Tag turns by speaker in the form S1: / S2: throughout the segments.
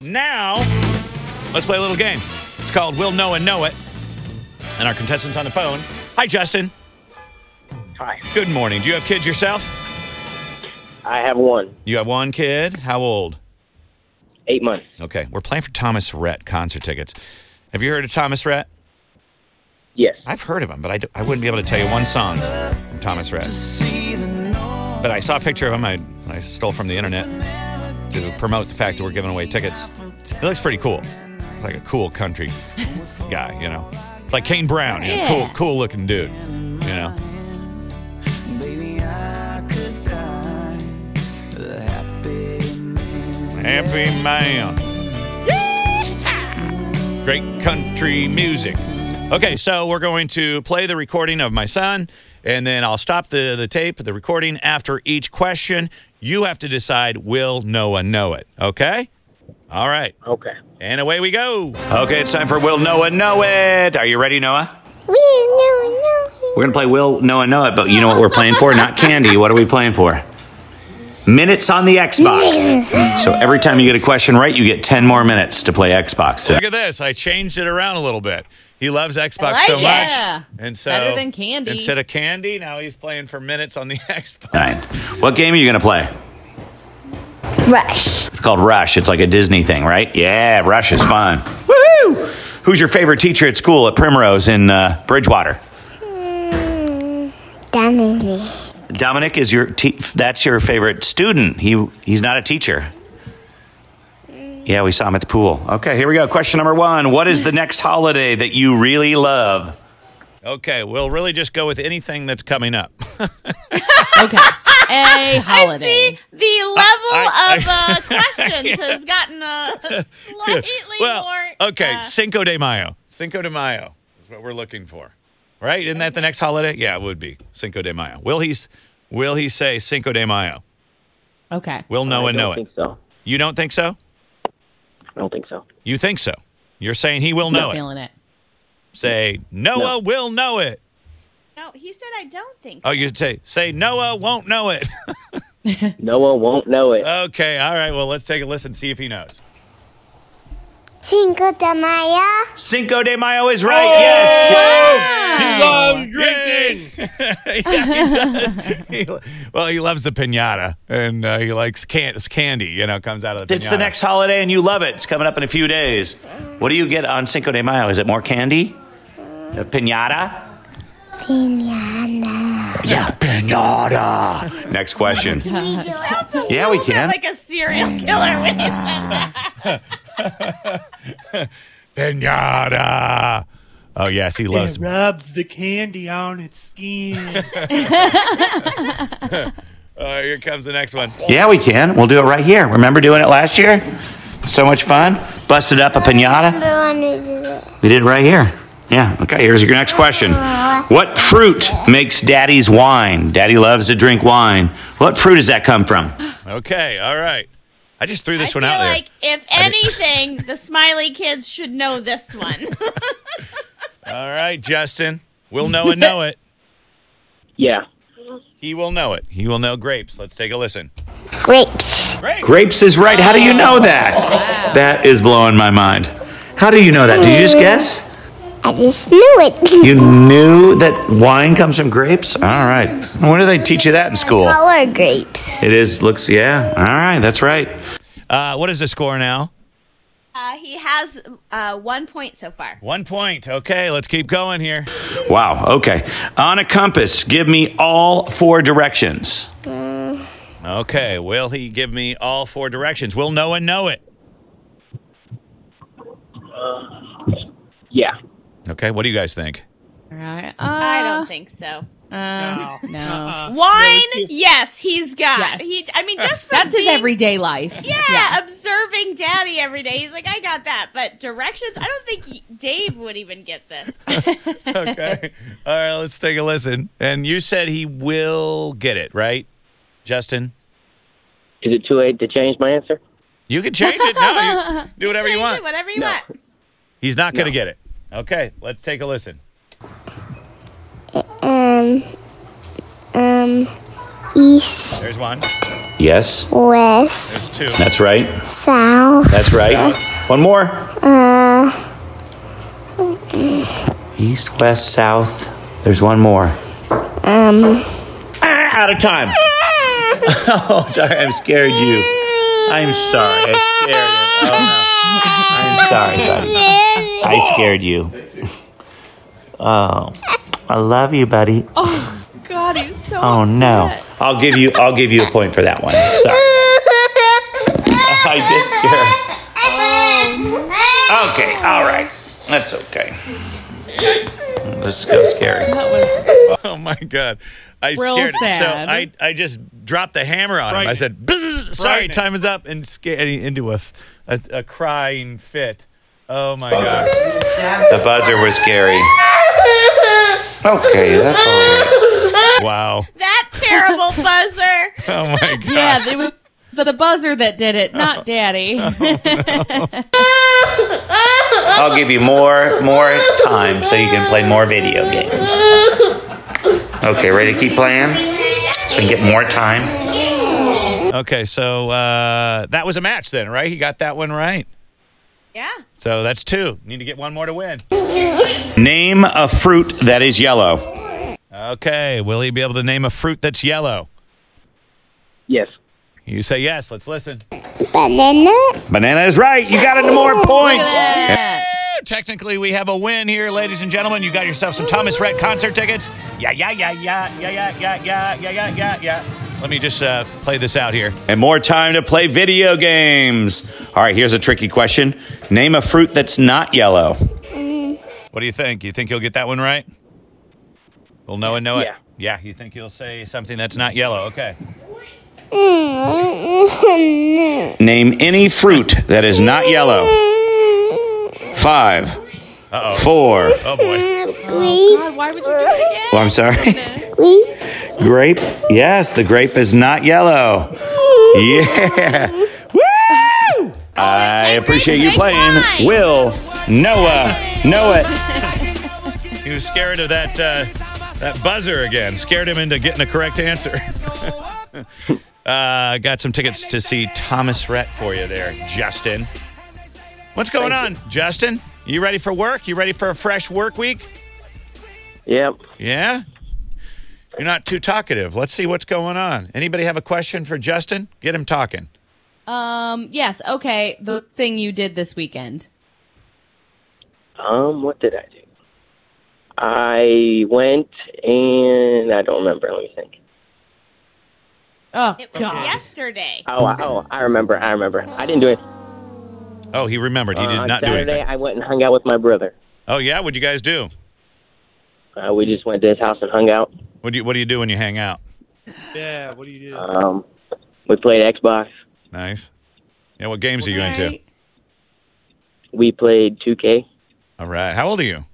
S1: Now, let's play a little game. It's called Will Know and Know It. And our contestant's on the phone. Hi, Justin.
S2: Hi.
S1: Good morning. Do you have kids yourself?
S2: I have one,
S1: You have one kid. How old?
S2: eight months.
S1: Okay, we're playing for Thomas Rhett concert tickets. Have you heard of Thomas Rhett?
S2: Yes.
S1: I've heard of him, but I, d- I wouldn't be able to tell you one song from Thomas Rhett. But I saw a picture of him I, I stole from the internet to promote the fact that we're giving away tickets. He looks pretty cool. He's like a cool country guy, you know. It's like Kane Brown, you know,
S3: Yeah.
S1: cool, cool looking dude, you know. Happy man. Great country music. Okay, so we're going to play the recording of my son, and then I'll stop the, the tape, the recording after each question. You have to decide will Noah know it? Okay? All right.
S2: Okay.
S1: And away we go. Okay, it's time for Will Noah Know It. Are you ready, Noah? We're going to play Will Noah Know It, but you know what we're playing for? Not candy. What are we playing for? Minutes on the Xbox. so every time you get a question right, you get 10 more minutes to play Xbox. Look at this. I changed it around a little bit. He loves Xbox
S3: like
S1: so much.
S3: it. Yeah.
S1: And so
S3: Better than candy.
S1: Instead of candy, now he's playing for minutes on the Xbox.
S4: Nine. What game are you going to play?
S5: Rush.
S4: It's called Rush. It's like a Disney thing, right? Yeah, Rush is fun. Woohoo! Who's your favorite teacher at school at Primrose in uh, Bridgewater?
S5: Danny.
S4: Dominic is your te- that's your favorite student. He he's not a teacher. Yeah, we saw him at the pool. Okay, here we go. Question number 1. What is the next holiday that you really love?
S1: Okay, we'll really just go with anything that's coming up.
S3: Okay. A holiday.
S6: See, the level
S1: I-
S6: of
S1: I-
S6: uh, questions has gotten uh, slightly
S1: well,
S6: more.
S1: okay,
S6: uh,
S1: Cinco de Mayo. Cinco de Mayo is what we're looking for, right? Isn't that the next holiday? Yeah, it would be Cinco de Mayo. Will he? s- Will he say Cinco de Mayo?
S3: Okay.
S1: Will no
S2: I
S1: one
S2: don't
S1: know
S2: think
S1: it?
S2: so.
S1: You don't think so?
S2: I don't think so.
S1: You think so? You're saying he will
S3: Not
S1: know it.
S3: feeling it.
S1: Say Noah
S2: No.
S1: will know it.
S6: no, he said I don't think.
S1: Oh, you say say Noah won't know it.
S2: Noah won't know it.
S1: okay, all right. Well, let's take a listen, see if he knows.
S5: Cinco de Mayo.
S4: Cinco de Mayo is right.
S1: Oh,
S4: yes.
S1: He loves drinking. yeah, he does. He, well, he loves the pinata, and uh, he likes can- it's candy. You know, comes out of the.
S4: It's
S1: pinata.
S4: the next holiday and you love it. It's coming up in a few days. What do you get on Cinco de Mayo? Is it more candy? A pinata?
S5: Piñana.
S4: Yeah, pinata. Next question. Yeah, we can.
S6: like a serial killer when he said that.
S1: pinata. Oh yes, he loves.
S7: It rubs the candy on its skin.
S1: Oh, here comes the next one.
S4: Yeah, we can. We'll do it right here. Remember doing it last year? So much fun. Busted up a pinata. We did it right here. Yeah. Okay, here's your next question. What fruit makes daddy's wine? Daddy loves to drink wine. What fruit does that come from?
S1: Okay, all right. I just threw
S6: I
S1: this
S6: feel
S1: one out there.
S6: like if anything, the Smiley kids should know this one.
S1: All right, Justin, we'll know and know it.
S2: Yeah.
S1: He will know it. He will know grapes. Let's take a listen.
S5: Grapes.
S1: Grapes.
S4: Grapes is right. How do you know that? That is blowing my mind. How do you know that? Did you just guess?
S5: I just knew it.
S4: You knew that wine comes from grapes? All right. When do they teach you that in school?
S5: Color grapes.
S4: It is, looks, yeah. All right, that's right.
S1: Uh, what is the score now?
S6: uh, he has uh, one point so far.
S1: One point. Okay, let's keep going here.
S4: Wow, okay. On a compass, give me all four directions.
S1: Okay, will he give me all four directions? Will no one know it?
S2: Yeah.
S1: Okay, what do you guys think?
S3: All right.
S6: I don't think so.
S3: Uh, no.
S7: Uh-uh.
S6: Wine,
S7: No, it's-
S6: yes, he's got.
S3: Yes.
S6: He, I mean, just for
S3: That's his
S6: being-
S3: everyday life.
S6: Yeah, observing Daddy every day. He's like, I got that, but directions. I don't think he- Dave would even get this.
S1: Okay. all right, let's take a listen. And you said he will get it, right? Justin?
S2: Is it too late to change my answer?
S1: You can change it. No, you do whatever you
S6: Change it,
S1: want.
S6: Whatever you
S2: No.
S6: want.
S1: He's not going to get it. Okay, let's take a listen.
S5: Um. Um. East.
S1: There's one.
S4: Yes.
S5: West.
S1: Two.
S4: That's right.
S5: South.
S4: That's right. One more.
S5: Uh.
S4: East, west, south. There's one more.
S5: Um.
S4: Ah, out of time. oh, sorry. I'm scared you. I'm sorry. I scared you. Oh, no. I'm sorry, buddy. I scared you. Oh, I love you, buddy.
S6: Oh God, he's so.
S4: Oh no. I'll give you. I'll give you a point for that one. Sorry. I did scare. her. Okay. All right. That's okay. Let's go, scary.
S3: That was
S1: Oh my god. I
S3: Real
S1: scared it. So
S3: sad.
S1: I, I just dropped the hammer on him. I
S7: Frightening.
S1: said, "Bzzz, sorry,
S7: Frightening.
S1: time is up and scared into a, a a crying fit. Oh my god.
S4: The buzzer was scary. Okay, that's all right.
S1: Wow.
S6: That terrible buzzer.
S1: Oh my god.
S3: yeah. They were, the, the buzzer that did it, not Daddy.
S4: I'll give you more more time so you can play more video games. Okay, ready to keep playing? So we can get more time.
S1: Okay, so uh, that was a match then, right? He got that one right.
S6: Yeah.
S1: So that's two. Need to get one more to win.
S4: Name a fruit that is yellow.
S1: Okay, will he be able to name a fruit that's yellow?
S2: Yes.
S1: You say yes. Let's listen.
S5: Banana.
S4: Banana is right. You got it more points.
S1: Technically, we have a win here, ladies and gentlemen. You got yourself some Thomas Rhett concert tickets. Yeah, yeah, yeah, yeah, yeah, yeah, yeah, yeah, yeah, yeah, yeah, yeah. Let me just uh, play this out here.
S4: And more time to play video games. All right, here's a tricky question. Name a fruit that's not yellow.
S1: What do you think? You think he'll get that one right? We'll know and know it.
S2: Yeah.
S1: Yeah, you think he'll say something that's not yellow. Okay.
S5: Mm,
S4: Name any fruit that is not yellow. Five,
S1: Uh oh.
S4: four.
S1: Oh boy.
S5: Grape.
S6: God, why would you do it again?
S4: Oh, I'm sorry.
S5: Grape.
S4: Grape? Yes, the grape is not yellow. Yeah. Woo! I appreciate you playing. Will, Noah, Noah.
S1: He was scared of that uh, that buzzer again. Scared him into getting a correct answer. uh, got some tickets to see Thomas Rhett for you there, Justin. What's going on, Justin? You ready for work? You ready for a fresh work week?
S2: Yep.
S1: Yeah. You're not too talkative. Let's see what's going on. Anybody have a question for Justin? Get him talking.
S3: um. Yes. Okay. The thing you did this weekend.
S2: Um, what did I do? I went and I don't remember. Let me think.
S3: Oh
S6: It was
S3: God.
S6: yesterday.
S2: Oh, I- oh, I remember. I remember. I didn't do it.
S1: Oh, he remembered. He
S2: Uh,
S1: did
S2: on
S1: not do
S2: Saturday,
S1: anything.
S2: I went and hung out with my brother.
S1: Oh yeah, what'd you guys do?
S2: Uh, we just went to his house and hung out.
S1: What do you What do you do when you hang out?
S7: Yeah, what do you
S1: Uh,
S7: do?
S2: Um, we played Xbox.
S1: Nice. Yeah, what games are you into?
S3: Right.
S2: We played 2K.
S1: All right. How old are you?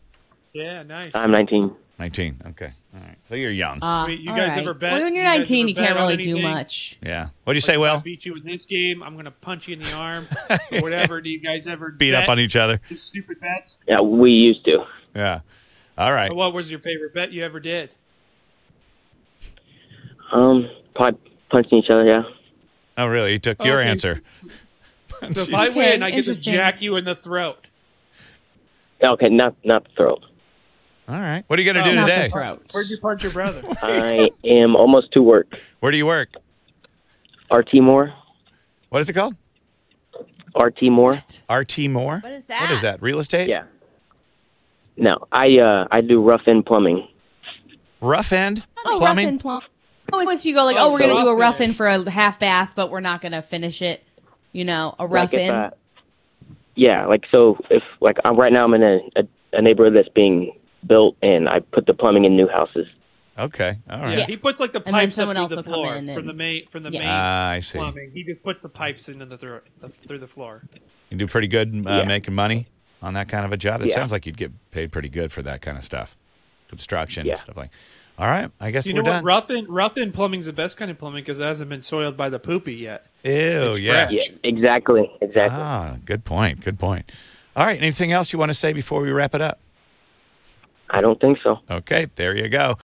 S7: Yeah, nice.
S1: uh,
S2: I'm 19.
S1: 19. Okay. All right. So you're young.
S3: Uh,
S7: Wait, you
S3: all
S7: guys
S3: right.
S7: ever bet?
S3: Well, when you're
S7: You guys
S3: 19,
S7: ever
S3: you can't
S7: bet on
S3: really do
S7: anything?
S3: much.
S1: yeah. What do you say,
S7: Like, if I
S1: Will?
S7: beat you in this game. I'm gonna punch you in the arm or whatever. Do you guys ever
S1: Beat up on each other.
S7: you? Stupid bets.
S2: Yeah, we used to.
S1: Yeah. All right.
S7: What was your favorite bet you ever did?
S2: Um, pod, punching each other. Yeah.
S1: Oh, really? He took your
S7: Okay.
S1: answer.
S7: So if I
S3: Okay,
S7: win, I get to
S3: interesting.
S7: jack you in the throat.
S2: Okay, not not the throat.
S1: All right. What are you going to
S7: Oh,
S1: do
S3: Not the
S1: today?
S3: throat.
S7: Where'd you punch your brother?
S2: I am almost to work.
S1: Where do you work?
S2: RT Moore.
S1: What is it called?
S2: RT Moore.
S1: RT Moore?
S6: What is
S1: What is that? Real estate?
S2: Yeah. No, I uh I do rough end plumbing.
S1: Rough end?
S3: Oh,
S1: Plumbing?
S3: rough and plumb. Always you go like,
S7: Oh,
S3: oh, we're gonna do a
S7: rough
S3: rough
S7: in.
S3: in for a half bath, but we're not gonna finish it. You know, a rough
S2: like
S3: in.
S2: If, uh, yeah, like so if like I'm right now I'm in a, a a neighborhood that's being built and I put the plumbing in new houses.
S1: Okay. All right.
S3: Yeah.
S7: He puts like the
S3: then
S7: pipes up
S3: someone
S7: through
S3: else
S7: the
S3: will come
S7: floor
S3: in
S7: from
S3: and-
S7: the main from the
S3: Yeah.
S7: main
S1: Ah, I see.
S7: plumbing. He just puts the pipes into the throat the, through the floor.
S1: You do pretty good uh,
S2: Yeah.
S1: making money on that kind of a job. It
S2: Yeah.
S1: sounds like you'd get paid pretty good for that kind of stuff. Construction
S2: Yeah.
S1: and stuff like All right. I guess
S7: You
S1: we're
S7: know what?
S1: done.
S7: Rough and rough and plumbing's the best kind of plumbing because it hasn't been soiled by the poopy yet.
S1: Ew.
S7: It's
S1: yeah.
S7: fresh.
S2: Yeah, exactly, exactly.
S1: Ah, good point. Good point. All right. Anything else you want to say before we wrap it up?
S2: I don't think so.
S1: Okay, there you go.